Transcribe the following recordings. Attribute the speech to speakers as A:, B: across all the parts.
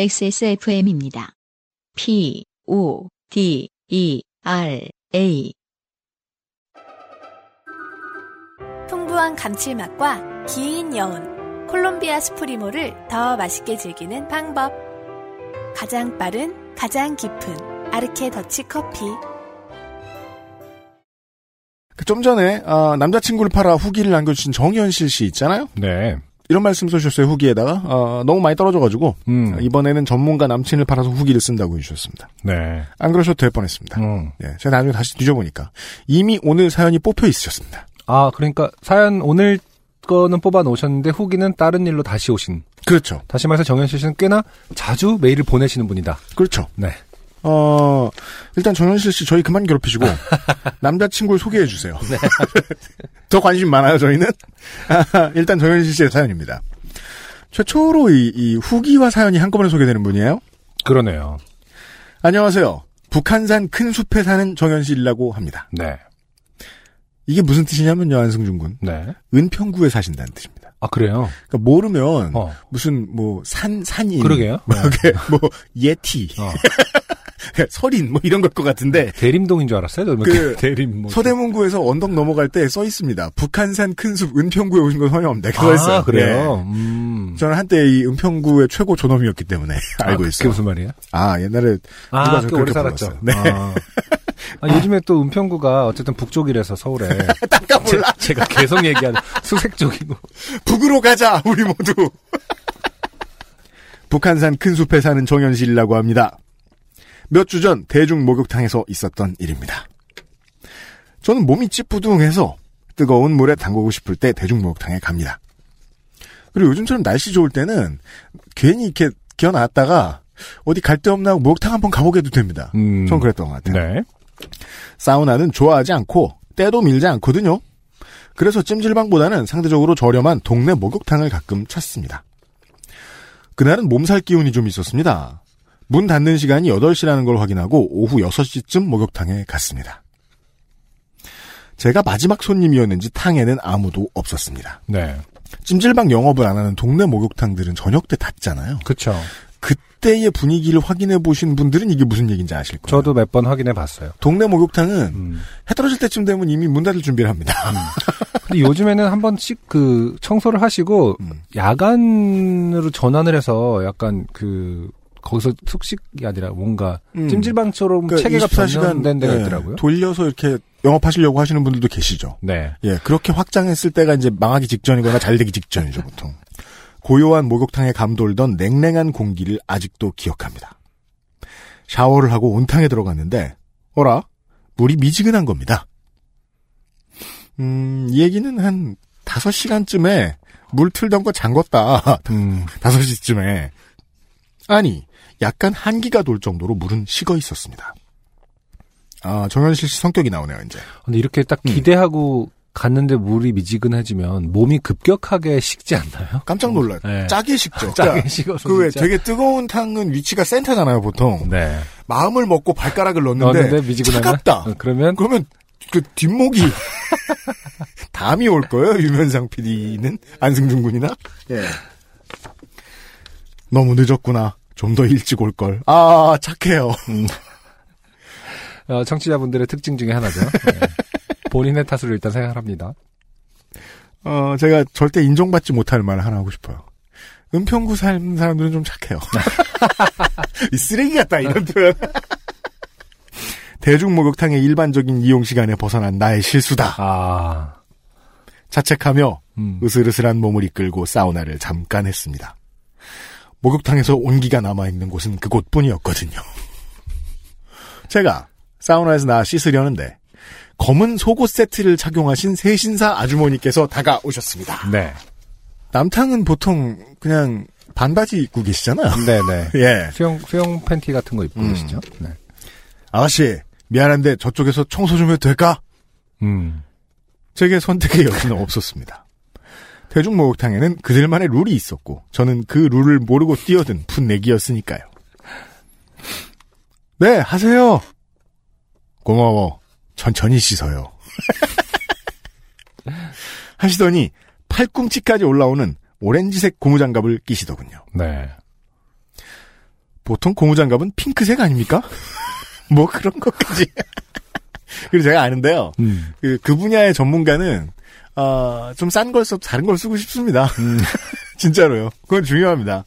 A: XSFM입니다. P, O, D, E, R, A.
B: 풍부한 감칠맛과 긴 여운, 콜롬비아 스프리모를 더 맛있게 즐기는 방법. 가장 빠른, 가장 깊은 아르케 더치 커피.
C: 그좀 전에 아, 남자친구를 팔아 후기를 남겨주신 정현실 씨 있잖아요.
D: 네.
C: 이런 말씀 써주셨어요 후기에다가 어, 너무 많이 떨어져가지고
D: 음.
C: 이번에는 전문가 남친을 팔아서 후기를 쓴다고 해주셨습니다.
D: 네.
C: 안 그러셔도 될 뻔했습니다.
D: 음.
C: 예, 제가 나중에 다시 뒤져보니까 이미 오늘 사연이 뽑혀 있으셨습니다.
D: 아, 그러니까 사연 오늘 거는 뽑아 놓으셨는데 후기는 다른 일로 다시 오신.
C: 그렇죠,
D: 다시 말해서 정현실 씨는 꽤나 자주 메일을 보내시는 분이다.
C: 그렇죠.
D: 네.
C: 어, 일단 정현실 씨 저희 그만 괴롭히시고 남자친구를 소개해 주세요. 더 관심 많아요 저희는. 아, 일단 정현실 씨의 사연입니다. 최초로 이, 이 후기와 사연이 한꺼번에 소개되는 분이에요.
D: 그러네요.
C: 안녕하세요. 북한산 큰 숲에 사는 정현실이라고 합니다.
D: 네.
C: 이게 무슨 뜻이냐면요, 안승준 군.
D: 네.
C: 은평구에 사신다는 뜻입니다.
D: 아, 그래요?
C: 그러니까 모르면
D: 어.
C: 무슨 뭐 산, 산인.
D: 그러게요. 네.
C: 뭐, 이렇게 뭐 예티,
D: 어.
C: 설인 뭐 이런 걸 것 같은데
D: 네. 대림동인 줄 알았어요? 저
C: 그-
D: 대림 뭐.
C: 서대문구에서 언덕 넘어갈 때 써 있습니다. 북한산 큰 숲 은평구에 오신 건 환영합니다. 그거
D: 아,
C: 있어요.
D: 그래요?
C: 예.
D: 음.
C: 저는 한때 이 은평구의 최고 존엄이었기 때문에 알고
D: 아, 그게
C: 있어요.
D: 무슨 말이에요?
C: 아 옛날에
D: 아,
C: 누가
D: 꽤
C: 좀 그렇게
D: 오래 살았죠.
C: 불렀어요. 네.
D: 아. 아, 요즘에 또 은평구가 어쨌든 북쪽이라서 서울에.
C: 깜짝
D: 제,
C: 놀라
D: 제가 계속 얘기하는 수색 쪽이고.
C: 북으로 가자 우리 모두 북한산 큰 숲에 사는 정현실이라고 합니다 몇 주 전 대중 목욕탕에서 있었던 일입니다 저는 몸이 찌뿌둥해서 뜨거운 물에 담그고 싶을 때 대중 목욕탕에 갑니다 그리고 요즘처럼 날씨 좋을 때는 괜히 이렇게 기어나왔다가 어디 갈 데 없나 하고 목욕탕 한번 가보게도 됩니다
D: 음.
C: 전 그랬던 것 같아요
D: 네.
C: 사우나는 좋아하지 않고 때도 밀지 않거든요. 그래서 찜질방보다는 상대적으로 저렴한 동네 목욕탕을 가끔 찾습니다. 그날은 몸살 기운이 좀 있었습니다. 문 닫는 시간이 8시라는 걸 확인하고 오후 6시쯤 목욕탕에 갔습니다. 제가 마지막 손님이었는지 탕에는 아무도 없었습니다.
D: 네.
C: 찜질방 영업을 안 하는 동네 목욕탕들은 저녁 때 닫잖아요.
D: 그쵸.
C: 그때의 분위기를 확인해 보신 분들은 이게 무슨 얘기인지 아실 거예요.
D: 저도 몇 번 확인해 봤어요.
C: 동네 목욕탕은
D: 음.
C: 해 떨어질 때쯤 되면 이미 문 닫을 준비를 합니다.
D: 근데 요즘에는 한 번씩 그 청소를 하시고
C: 음.
D: 야간으로 전환을 해서 약간 그 거기서 숙식이 아니라 뭔가
C: 음.
D: 찜질방처럼
C: 그러니까
D: 체계가
C: 24시간
D: 변형된 데가
C: 예,
D: 있더라고요.
C: 돌려서 이렇게 영업하시려고 하시는 분들도 계시죠.
D: 네.
C: 예, 그렇게 확장했을 때가 이제 망하기 직전이거나 잘 되기 직전이죠, 보통. 고요한 목욕탕에 감돌던 냉랭한 공기를 아직도 기억합니다. 샤워를 하고 온탕에 들어갔는데, 어라? 물이 미지근한 겁니다. 음, 이 얘기는 한 5시간쯤에 물 틀던 거 잠궜다.
D: 음.
C: 5시쯤에. 아니, 약간 한기가 돌 정도로 물은 식어 있었습니다. 아, 정현실 씨 성격이 나오네요, 이제.
D: 근데 이렇게 딱
C: 음.
D: 기대하고 갔는데 물이 미지근해지면 몸이 급격하게 식지 않나요?
C: 깜짝 놀라요.
D: 네.
C: 짜게 식죠.
D: 짜게 식어서.
C: 그왜
D: 진짜.
C: 되게 뜨거운 탕은 위치가 센터잖아요, 보통.
D: 네.
C: 마음을 먹고 발가락을 넣는데,
D: 넣었는데 미지근하면
C: 차갑다.
D: 어, 그러면
C: 그러면 그 뒷목이 담이 올 거예요, 유면상 PD는? 안승준 군이나? 예. 너무 늦었구나. 좀 더 일찍 올 걸. 아, 착해요.
D: 음. 어, 청취자분들의 특징 중에 하나죠. 네. 본인의 탓으로 일단 생각합니다.
C: 어, 제가 절대 인정받지 못할 말을 하나 하고 싶어요. 은평구 사는 사람들은 좀 착해요. 이 쓰레기 같다, 이런 표현. 대중목욕탕의 일반적인 이용시간에 벗어난 나의 실수다.
D: 아,
C: 자책하며
D: 음.
C: 으슬으슬한 몸을 이끌고 사우나를 잠깐 했습니다. 목욕탕에서 온기가 남아있는 곳은 그곳뿐이었거든요. 제가 사우나에서 나 씻으려는데 검은 속옷 세트를 착용하신 세신사 아주머니께서 다가오셨습니다.
D: 네.
C: 남탕은 보통 그냥 반바지 입고 계시잖아요.
D: 음. 네네.
C: 예.
D: 수영, 수영 팬티 같은 거 입고
C: 음.
D: 계시죠? 네.
C: 아가씨, 미안한데 저쪽에서 청소 좀 해도 될까?
D: 음.
C: 제게 선택의 여지는 없었습니다. 대중목욕탕에는 그들만의 룰이 있었고, 저는 그 룰을 모르고 뛰어든 풋내기였으니까요. 네, 하세요! 고마워. 천천히 씻어요. 하시더니, 네. 팔꿈치까지 올라오는 오렌지색 고무장갑을 끼시더군요.
D: 네.
C: 보통 고무장갑은 핑크색 아닙니까? 뭐 그런 것까지. 그리고 제가 아는데요.
D: 음.
C: 그, 그 분야의 전문가는, 아, 좀 싼 걸 써, 다른 걸 쓰고 싶습니다.
D: 음.
C: 진짜로요. 그건 중요합니다.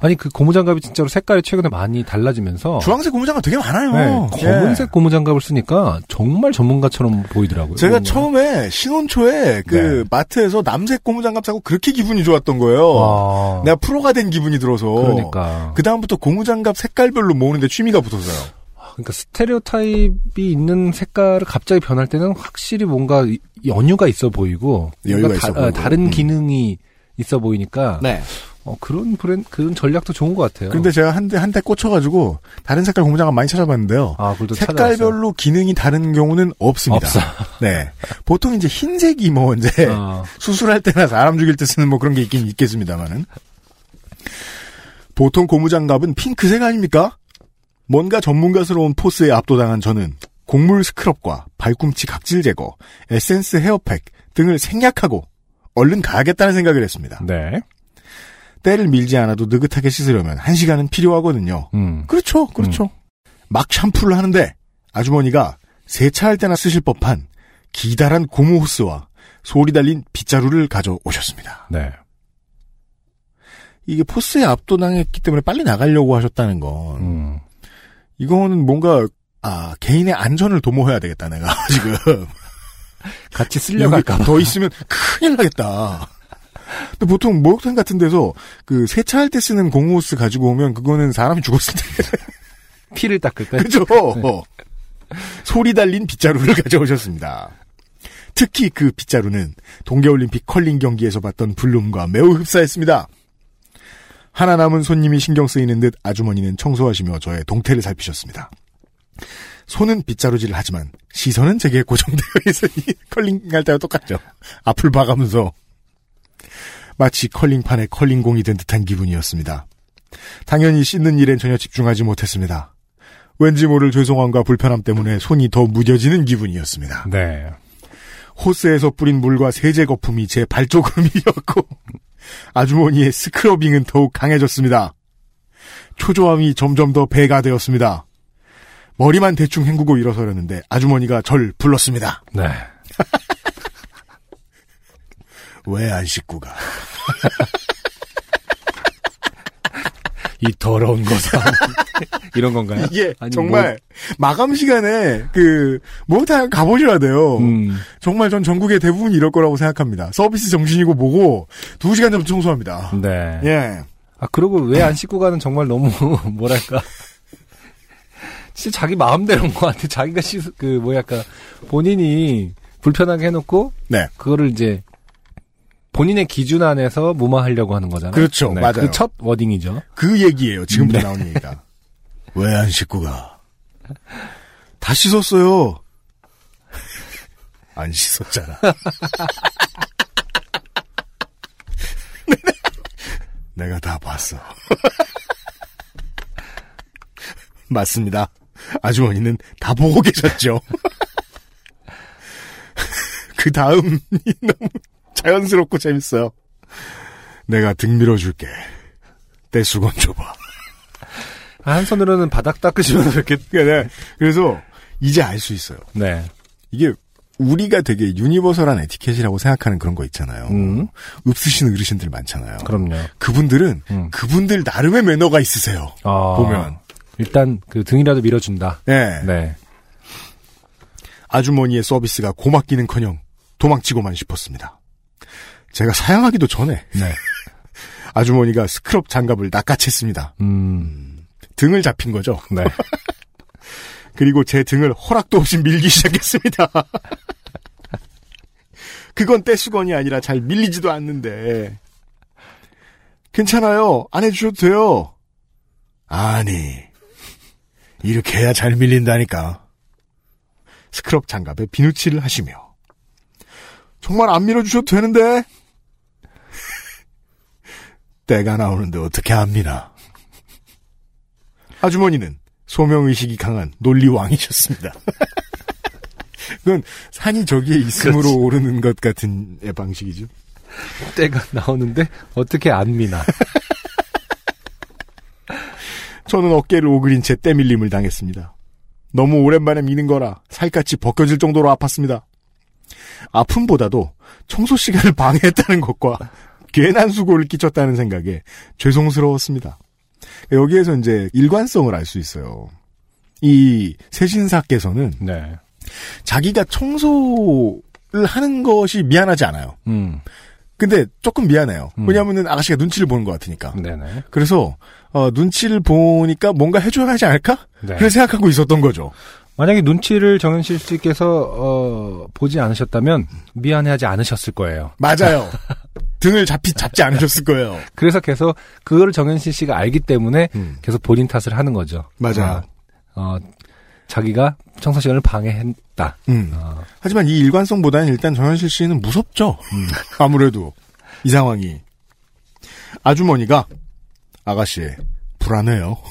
D: 아니 그 고무장갑이 진짜로 색깔이 최근에 많이 달라지면서
C: 주황색 고무장갑 되게 많아요.
D: 어. 네,
C: 예.
D: 검은색 고무장갑을 쓰니까 정말 전문가처럼 보이더라고요.
C: 제가 처음에 신혼초에 그
D: 네.
C: 마트에서 남색 고무장갑 사고 그렇게 기분이 좋았던 거예요.
D: 아,
C: 내가 프로가 된 기분이 들어서.
D: 그러니까
C: 네, 그 다음부터 고무장갑 색깔별로 모으는데 취미가 붙었어요.
D: 그러니까 스테레오 타입이 있는 색깔을 갑자기 변할 때는 확실히 뭔가 이- 연유가 있어 보이고
C: 여유가
D: 뭔가
C: 있어 보이고.
D: 다른
C: 음.
D: 기능이 있어 보이니까
C: 네.
D: 어, 그런 브랜 그런 전략도 좋은 것 같아요.
C: 근데 제가 한 대 한 대 꽂혀가지고 다른 색깔 고무장갑 많이 찾아봤는데요.
D: 아, 그래도 찾아봤어요.
C: 색깔별로 기능이 다른 경우는 없습니다.
D: 없어.
C: 네. 보통 이제 흰색이 뭐 이제
D: 어,
C: 수술할 때나 사람 죽일 때 쓰는 뭐 그런 게 있긴 있겠습니다만은. 보통 고무장갑은 핑크색 아닙니까? 뭔가 전문가스러운 포스에 압도당한 저는 곡물 스크럽과 발꿈치 각질 제거, 에센스 헤어팩 등을 생략하고 얼른 가야겠다는 생각을 했습니다.
D: 네.
C: 때를 밀지 않아도 느긋하게 씻으려면 한 시간은 필요하거든요.
D: 음.
C: 그렇죠, 그렇죠. 막 샴푸를 하는데 아주머니가 세차할 때나 쓰실 법한 기다란 고무 호스와 소리 달린 빗자루를 가져오셨습니다.
D: 네.
C: 이게 포스에 압도당했기 때문에 빨리 나가려고 하셨다는 건
D: 음.
C: 이거는 뭔가 아 개인의 안전을 도모해야 되겠다 내가 지금 여기
D: 같이 쓸려갈까 봐.
C: 더 있으면 큰일 나겠다. 근데 보통 목욕탕 같은 데서 그 세차할 때 쓰는 고무 호스 가지고 오면 그거는 사람이 죽었을 때
D: 피를 닦을 때.
C: 그죠? 어. 소리 달린 빗자루를 가져오셨습니다. 특히 그 빗자루는 동계올림픽 컬링 경기에서 봤던 블룸과 매우 흡사했습니다. 하나 남은 손님이 신경 쓰이는 듯 아주머니는 청소하시며 저의 동태를 살피셨습니다. 손은 빗자루질을 하지만 시선은 제게 고정되어 있으니 컬링 할 때와 똑같죠. 앞을 봐가면서 마치 컬링판에 컬링공이 된 듯한 기분이었습니다. 당연히 씻는 일엔 전혀 집중하지 못했습니다. 왠지 모를 죄송함과 불편함 때문에 손이 더 무뎌지는 기분이었습니다.
D: 네.
C: 호스에서 뿌린 물과 세제 거품이 제 발조금을 밀었고 아주머니의 스크러빙은 더욱 강해졌습니다. 초조함이 점점 더 배가 되었습니다. 머리만 대충 헹구고 일어서려는데 아주머니가 절 불렀습니다.
D: 네.
C: 왜 안 씻고 가?
D: 이 더러운 거사. 이런 건가요?
C: 이게
D: 아니, 뭐.
C: 정말 마감 시간에 그 목욕탕 가보셔야 돼요.
D: 뭐, 음.
C: 정말 전 전국의 대부분이 이럴 거라고 생각합니다. 서비스 정신이고 뭐고 두 시간 전부 청소합니다.
D: 네.
C: 예.
D: 아, 그러고 왜 안 씻고 가는 정말 너무, 뭐랄까. 진짜 자기 마음대로인 것 같아. 자기가 씻, 그, 뭐야, 약간, 본인이 불편하게 해놓고,
C: 네.
D: 그거를 이제, 본인의 기준 안에서 무마하려고 하는 거잖아요.
C: 그렇죠. 맞아요.
D: 그 첫 워딩이죠.
C: 그 얘기예요. 지금부터 나온 얘기가. 왜 안 씻고 가? 다 씻었어요. 안 씻었잖아. 내가 다 봤어. 맞습니다. 아주머니는 다 보고 계셨죠. 그 다음이 너무 자연스럽고 재밌어요. 내가 등 밀어줄게. 내 수건 줘봐.
D: 아, 한 손으로는 바닥 닦으시면서 이렇게.
C: 그러니까 그래서 이제 알 수 있어요.
D: 네.
C: 이게 우리가 되게 유니버설한 에티켓이라고 생각하는 그런 거 있잖아요.
D: 음.
C: 읍쓰신 어르신들 많잖아요.
D: 그럼요.
C: 분들은
D: 음.
C: 그분들 나름의 매너가 있으세요.
D: 아,
C: 보면.
D: 일단, 그 등이라도 밀어준다.
C: 예.
D: 네.
C: 아주머니의 서비스가 고맙기는커녕 도망치고만 싶었습니다. 제가 사양하기도 전에
D: 네.
C: 아주머니가 스크럽 장갑을 낚아챘습니다.
D: 음.
C: 등을 잡힌 거죠.
D: 네.
C: 그리고 제 등을 허락도 없이 밀기 시작했습니다. 그건 떼수건이 아니라 잘 밀리지도 않는데. 괜찮아요. 안 해주셔도 돼요. 아니. 이렇게 해야 잘 밀린다니까. 스크럽 장갑에 비누칠을 하시며. 정말 안 밀어주셔도 되는데. 때가 나오는데 어떻게 합니다. 아주머니는 소명의식이 강한 논리왕이셨습니다. 그건 산이 저기에 있음으로
D: 그렇지.
C: 오르는 것 같은 방식이죠.
D: 때가 나오는데, 어떻게 안 미나.
C: 저는 어깨를 오그린 채 때밀림을 당했습니다. 너무 오랜만에 미는 거라 살갗이 벗겨질 정도로 아팠습니다. 아픔보다도 청소 시간을 방해했다는 것과 괜한 수고를 끼쳤다는 생각에 죄송스러웠습니다. 여기에서 이제 일관성을 알 수 있어요. 이 세신사께서는
D: 네.
C: 자기가 청소를 하는 것이 미안하지 않아요.
D: 음.
C: 근데 조금 미안해요.
D: 음.
C: 왜냐하면 아가씨가 눈치를 보는 것 같으니까.
D: 네네.
C: 그래서 어, 눈치를 보니까 뭔가 해줘야 하지 않을까?
D: 네.
C: 그래 생각하고 있었던 거죠.
D: 만약에 눈치를 정현실 씨께서 어, 보지 않으셨다면 미안해하지 않으셨을 거예요.
C: 맞아요. 등을 잡히 잡지 않으셨을 거예요.
D: 그래서 계속 그거를 정현실 씨가 알기 때문에
C: 음.
D: 계속 본인 탓을 하는 거죠.
C: 맞아요.
D: 어, 어, 자기가 청소 시간을 방해했다.
C: 음.
D: 어,
C: 하지만 이 일관성보다는 일단 정현실 씨는 무섭죠. 아무래도 이 상황이 아주머니가 아가씨 불안해요.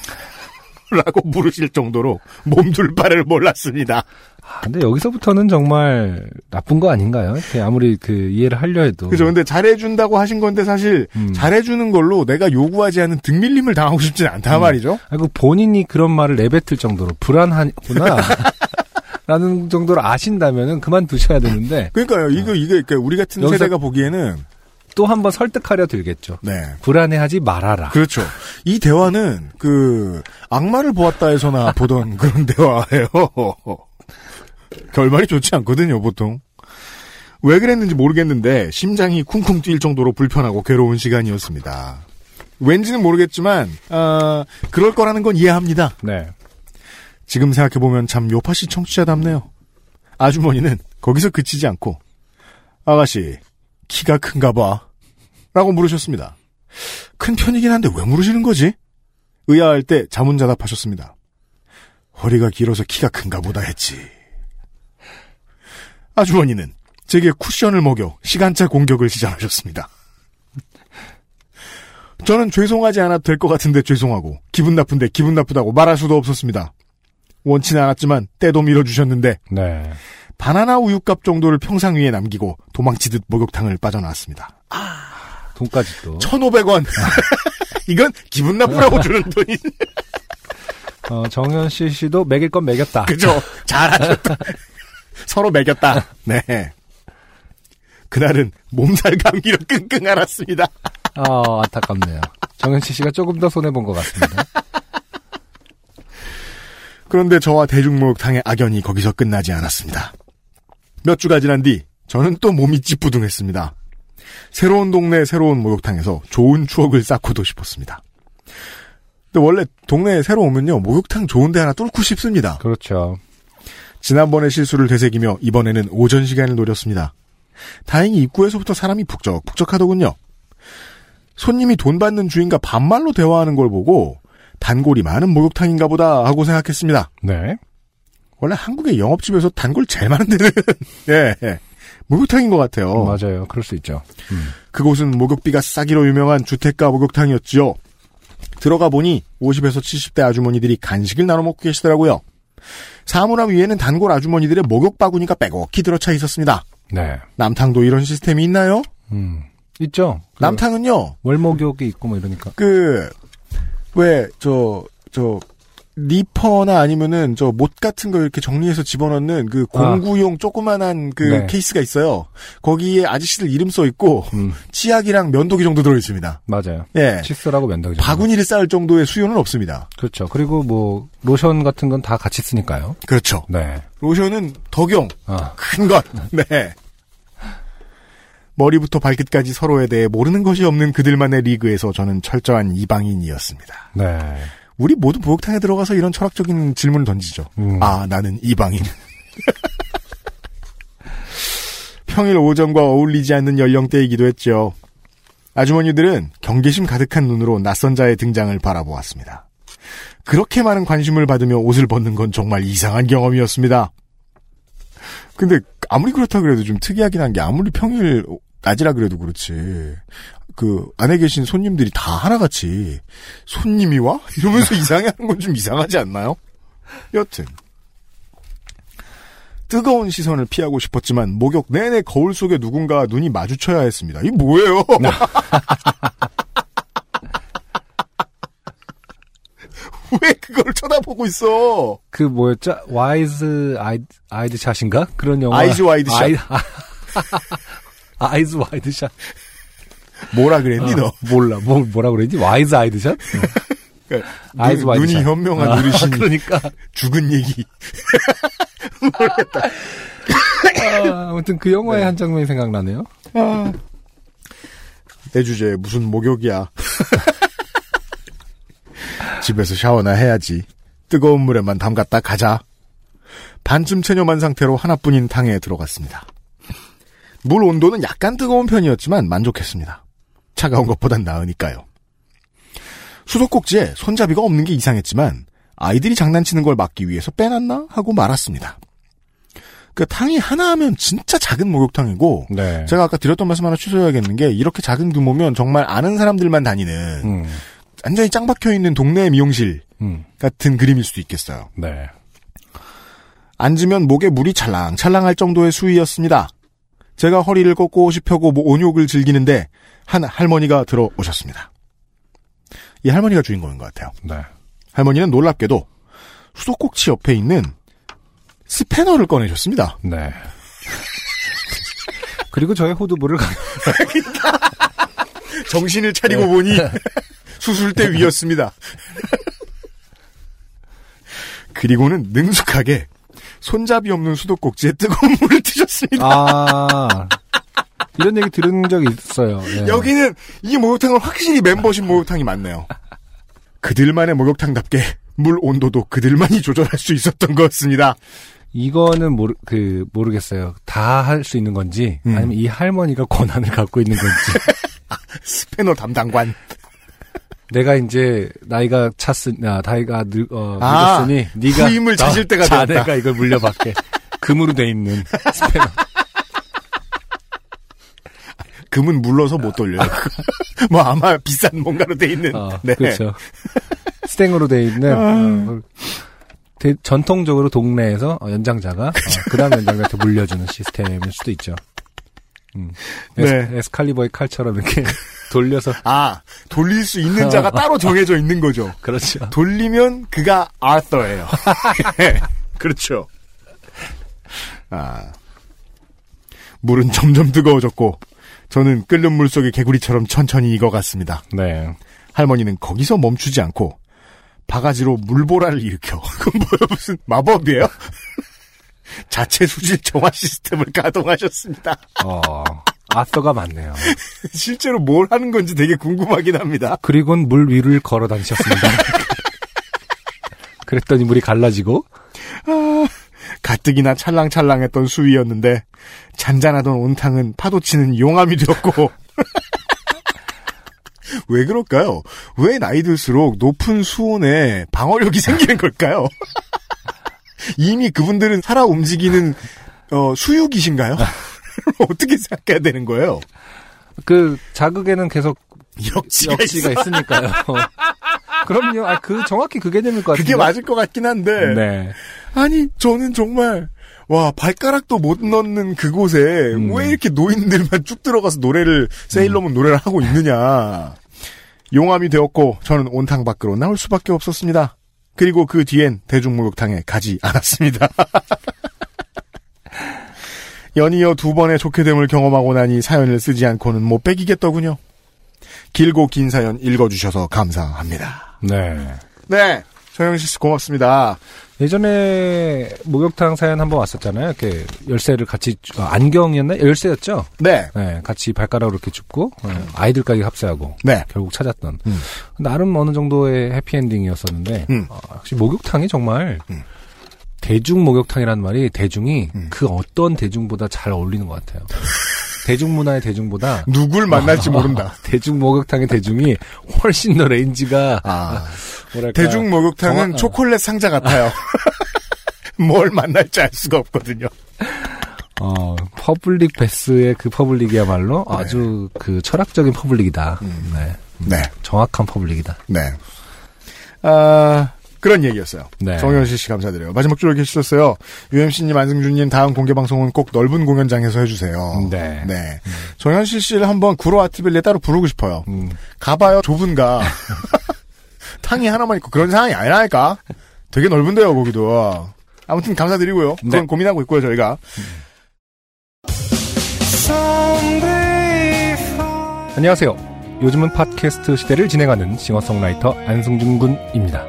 C: 라고 물으실 정도로 몸둘 바를 몰랐습니다.
D: 아, 근데 여기서부터는 정말 나쁜 거 아닌가요? 이렇게 아무리 그 이해를 하려 해도.
C: 음. 그죠? 근데 잘해준다고 하신 건데 사실
D: 음.
C: 잘해주는 걸로 내가 요구하지 않은 등밀림을 당하고 싶진 않다 말이죠.
D: 아고 본인이 그런 말을 내뱉을 정도로 불안하구나. 라는 정도로 아신다면은 그만두셔야 되는데
C: 그러니까요. 이거 이게 그러니까 우리 같은
D: 여기서-
C: 세대가 보기에는
D: 또 한 번 설득하려 들겠죠.
C: 네
D: 불안해하지 말아라.
C: 그렇죠. 이 대화는 그 악마를 보았다에서나 보던 그런 대화예요. 결말이 좋지 않거든요, 보통. 왜 그랬는지 모르겠는데 심장이 쿵쿵 뛸 정도로 불편하고 괴로운 시간이었습니다. 왠지는 모르겠지만 아, 그럴 거라는 건 이해합니다.
D: 네.
C: 지금 생각해보면 참 요파시 청취자답네요. 아주머니는 거기서 그치지 않고, 아가씨, 키가 큰가 봐. 라고 물으셨습니다. 큰 편이긴 한데 왜 물으시는 거지? 의아할 때 자문자답하셨습니다. 허리가 길어서 키가 큰가 보다 했지. 아주머니는 제게 쿠션을 먹여 시간차 공격을 시작하셨습니다. 저는 죄송하지 않아도 될 것 같은데 죄송하고, 기분 나쁜데 기분 나쁘다고 말할 수도 없었습니다. 원치는 않았지만 때도 밀어주셨는데
D: 네.
C: 바나나 우유값 정도를 평상 위에 남기고 도망치듯 목욕탕을 빠져나왔습니다.
D: 돈까지 또.
C: 1,500원. 이건 기분 나쁘라고 주는 돈이
D: 어, 정현실 씨도 먹일 건 먹였다.
C: 그죠? 잘하셨다. 서로 매겼다. 네. 그날은 몸살 감기로 끙끙 앓았습니다.
D: 아, 안타깝네요. 정현실 씨가 조금 더 손해본 것 같습니다.
C: 그런데 저와 대중목욕탕의 악연이 거기서 끝나지 않았습니다. 몇 주가 지난 뒤 저는 또 몸이 찌뿌둥했습니다. 새로운 동네 새로운 목욕탕에서 좋은 추억을 쌓고도 싶었습니다. 근데 원래 동네에 새로 오면요 목욕탕 좋은데 하나 뚫고 싶습니다.
D: 그렇죠.
C: 지난번의 실수를 되새기며 이번에는 오전 시간을 노렸습니다. 다행히 입구에서부터 사람이 북적북적하더군요. 손님이 돈 받는 주인과 반말로 대화하는 걸 보고 단골이 많은 목욕탕인가 보다 하고 생각했습니다.
D: 네.
C: 원래 한국의 영업집에서 단골 제일 많은 데는 예, 예. 목욕탕인 것 같아요.
D: 음, 맞아요. 그럴 수 있죠.
C: 그곳은 목욕비가 싸기로 유명한 주택가 목욕탕이었지요. 들어가 보니 50에서 70대 아주머니들이 간식을 나눠 먹고 계시더라고요. 사물함 위에는 단골 아주머니들의 목욕 바구니가 빼곡히 들어차 있었습니다.
D: 네.
C: 남탕도 이런 시스템이 있나요?
D: 음. 있죠. 그
C: 남탕은요.
D: 월목욕이 있고 뭐 이러니까.
C: 그, 왜, 저, 저, 리퍼나 아니면은 저 못 같은 거 이렇게 정리해서 집어넣는 그
D: 아.
C: 공구용 조그만한 그
D: 네.
C: 케이스가 있어요. 거기에 아저씨들 이름 써 있고
D: 음.
C: 치약이랑 면도기 정도 들어 있습니다.
D: 맞아요.
C: 예.
D: 칫솔하고 면도기. 정도.
C: 바구니를 쌓을 정도의 수요는 없습니다.
D: 그렇죠. 그리고 뭐 로션 같은 건 다 같이 쓰니까요.
C: 그렇죠.
D: 네.
C: 로션은 덕용
D: 아.
C: 큰 것. 네. 머리부터 발끝까지 서로에 대해 모르는 것이 없는 그들만의 리그에서 저는 철저한 이방인이었습니다.
D: 네.
C: 우리 모두 목욕탕에 들어가서 이런 철학적인 질문을 던지죠.
D: 음.
C: 아, 나는 이방인. 평일 오전과 어울리지 않는 연령대이기도 했죠. 아주머니들은 경계심 가득한 눈으로 낯선 자의 등장을 바라보았습니다. 그렇게 많은 관심을 받으며 옷을 벗는 건 정말 이상한 경험이었습니다. 근데 아무리 그렇다 그래도 좀 특이하긴 한 게 아무리 평일 낮이라 그래도 그렇지. 그 안에 계신 손님들이 다 하나같이 손님이 와? 이러면서 이상해하는 건 좀 이상하지 않나요? 여튼 뜨거운 시선을 피하고 싶었지만 목욕 내내 거울 속에 누군가 눈이 마주쳐야 했습니다. 이 뭐예요? 보고 있어.
D: 그 뭐였죠? 와이즈 아이, 아이드 샷인가? 그런 영화.
C: 아이즈 와이드 샷.
D: 아이, 아, 이즈 와이드 샷.
C: 뭐라 그랬니 너?
D: 몰라. 뭐, 뭐라 그랬지? 와이즈 아이드 샷?
C: 그러니까
D: 아이즈
C: 눈,
D: 와이드
C: 눈이
D: 샷.
C: 현명한
D: 아,
C: 어르신
D: 그러니까.
C: 죽은 얘기.
D: 아, 아무튼 그 영화의
C: 네.
D: 한 장면이 생각나네요.
C: 내 주제에 무슨 목욕이야. 집에서 샤워나 해야지. 뜨거운 물에만 담갔다 가자. 반쯤 체념한 상태로 하나뿐인 탕에 들어갔습니다. 물 온도는 약간 뜨거운 편이었지만 만족했습니다. 차가운 것보단 나으니까요. 수도꼭지에 손잡이가 없는 게 이상했지만 아이들이 장난치는 걸 막기 위해서 빼놨나 하고 말았습니다. 그 탕이 하나 하면 진짜 작은 목욕탕이고
D: 네.
C: 제가 아까 드렸던 말씀 하나 취소해야겠는 게 이렇게 작은 규모면 정말 아는 사람들만 다니는
D: 음,
C: 완전히 짱 박혀 있는 동네 미용실
D: 음,
C: 같은 그림일 수도 있겠어요.
D: 네.
C: 앉으면 목에 물이 찰랑찰랑할 정도의 수위였습니다. 제가 허리를 꼿꼿이 펴고 뭐 온욕을 즐기는데 한 할머니가 들어오셨습니다. 이 할머니가 주인공인 것 같아요.
D: 네.
C: 할머니는 놀랍게도 수도꼭지 옆에 있는 스패너를 꺼내셨습니다.
D: 네. 그리고 저의 호두부를 가-
C: 정신을
D: 네.
C: 차리고 보니 수술대 위였습니다. 그리고는 능숙하게 손잡이 없는 수도꼭지에 뜨거운 물을 트셨습니다.
D: 아 이런 얘기 들은 적이 있어요. 예.
C: 여기는 이 목욕탕은 확실히 멤버십 목욕탕이 맞네요. 그들만의 목욕탕답게 물 온도도 그들만이 조절할 수 있었던 것 같습니다.
D: 이거는 모르 그 모르겠어요. 다 할 수 있는 건지
C: 음.
D: 아니면 이 할머니가 권한을 갖고 있는 건지.
C: 스패너 담당관.
D: 내가 이제 나이가 찼으니 아, 나이가 늙 어,
C: 아,
D: 늙었으니 네가
C: 후임을
D: 나-
C: 찾을 때가 됐다.
D: 자네가 이걸 물려받게. 금으로 돼 있는 스패너.
C: 금은 물러서 못 돌려요. 뭐 아마 비싼 뭔가로 돼 있는. 네.
D: 어, 그렇죠. 스탱으로 돼 있는
C: 아.
D: 어, 대- 전통적으로 동네에서 어, 연장자가 어, 그다음 연장자한테 물려주는 시스템일 수도 있죠. 음. 에스,
C: 네.
D: 에스칼리버의 칼처럼 이렇게 돌려서
C: 아, 돌릴 수 있는 자가 따로 정해져 있는 거죠.
D: 그렇죠.
C: 돌리면 그가 아서예요. 그렇죠. 아. 물은 점점 뜨거워졌고 저는 끓는 물 속의 개구리처럼 천천히 익어갔습니다.
D: 네.
C: 할머니는 거기서 멈추지 않고 바가지로 물보라를 일으켜 그건 뭐야 무슨 마법이에요? 자체 수질 정화 시스템을 가동하셨습니다.
D: 어, 아서가 많네요.
C: 실제로 뭘 하는 건지 되게 궁금하긴 합니다.
D: 그리고는 물 위를 걸어 다니셨습니다. 그랬더니 물이 갈라지고
C: 아, 가뜩이나 찰랑찰랑했던 수위였는데 잔잔하던 온탕은 파도치는 용암이 되었고 왜 그럴까요? 왜 나이 들수록 높은 수온에 방어력이 생기는 걸까요? 이미 그분들은 살아 움직이는 어, 수육이신가요? 어떻게 생각해야 되는 거예요?
D: 그 자극에는 계속
C: 역지가,
D: 역시가
C: 있어.
D: 있으니까요. 그럼요. 아, 그 정확히 그 개념일 것 같은데.
C: 그게 맞을 것 같긴 한데
D: 네.
C: 아니 저는 정말 와 발가락도 못 넣는 그곳에
D: 음.
C: 왜 이렇게 노인들만 쭉 들어가서 노래를 세일러문 노래를 하고 있느냐 용암이 되었고 저는 온탕 밖으로 나올 수밖에 없었습니다 그리고 그 뒤엔 대중목욕탕에 가지 않았습니다 연이어 두 번의 좋게 됨을 경험하고 나니 사연을 쓰지 않고는 못 빼기겠더군요 길고 긴 사연 읽어주셔서 감사합니다
D: 네.
C: 네 정영실 씨 고맙습니다
D: 예전에 목욕탕 사연 한번 왔었잖아요. 이렇게 열쇠를 같이 주- 아, 안경이었나? 열쇠였죠.
C: 네
D: 네, 같이 발가락으로 이렇게 줍고 네, 아이들까지 합세하고
C: 네.
D: 결국 찾았던
C: 음.
D: 나름 어느 정도의 해피엔딩이었었는데
C: 음.
D: 어, 역시 목욕탕이 정말
C: 음.
D: 대중 목욕탕이라는 말이 대중이
C: 음.
D: 그 어떤 대중보다 잘 어울리는 것 같아요. 대중문화의 대중보다 아,
C: 누굴 음, 만날지 모른다.
D: 대중 목욕탕의 대중이 훨씬 더 레인지가
C: 아,
D: 뭐랄까
C: 대중 목욕탕은
D: 정확-
C: 초콜릿 상자 같아요. 뭘 만날지 알 수가 없거든요.
D: 어, 퍼블릭 베스의 그 퍼블릭이야말로 아주 그 철학적인 퍼블릭이다. 네.
C: 네,
D: 정확한 퍼블릭이다.
C: 네. 아, 그런 얘기였어요.
D: 네.
C: 정현실 씨 감사드려요. 마지막 줄을 계셨어요. UMC님, 안승준님, 다음 공개 방송은 꼭 넓은 공연장에서 해주세요.
D: 네.
C: 네. 정현실 씨를 한번 구로 아트빌레 따로 부르고 싶어요.
D: 음.
C: 가봐요, 좁은가. 탕이 하나만 있고 그런 상황이 아니라니까. 되게 넓은데요, 거기도. 아무튼 감사드리고요. 그건
D: 네.
C: 고민하고 있고요, 저희가.
D: 안녕하세요. 요즘은 팟캐스트 시대를 진행하는 싱어송라이터 안승준 군입니다.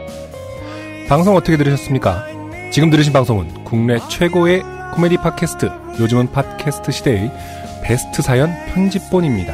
D: 방송 어떻게 들으셨습니까? 지금 들으신 방송은 국내 최고의 코미디 팟캐스트 요즘은 팟캐스트 시대의 베스트 사연 편집본입니다.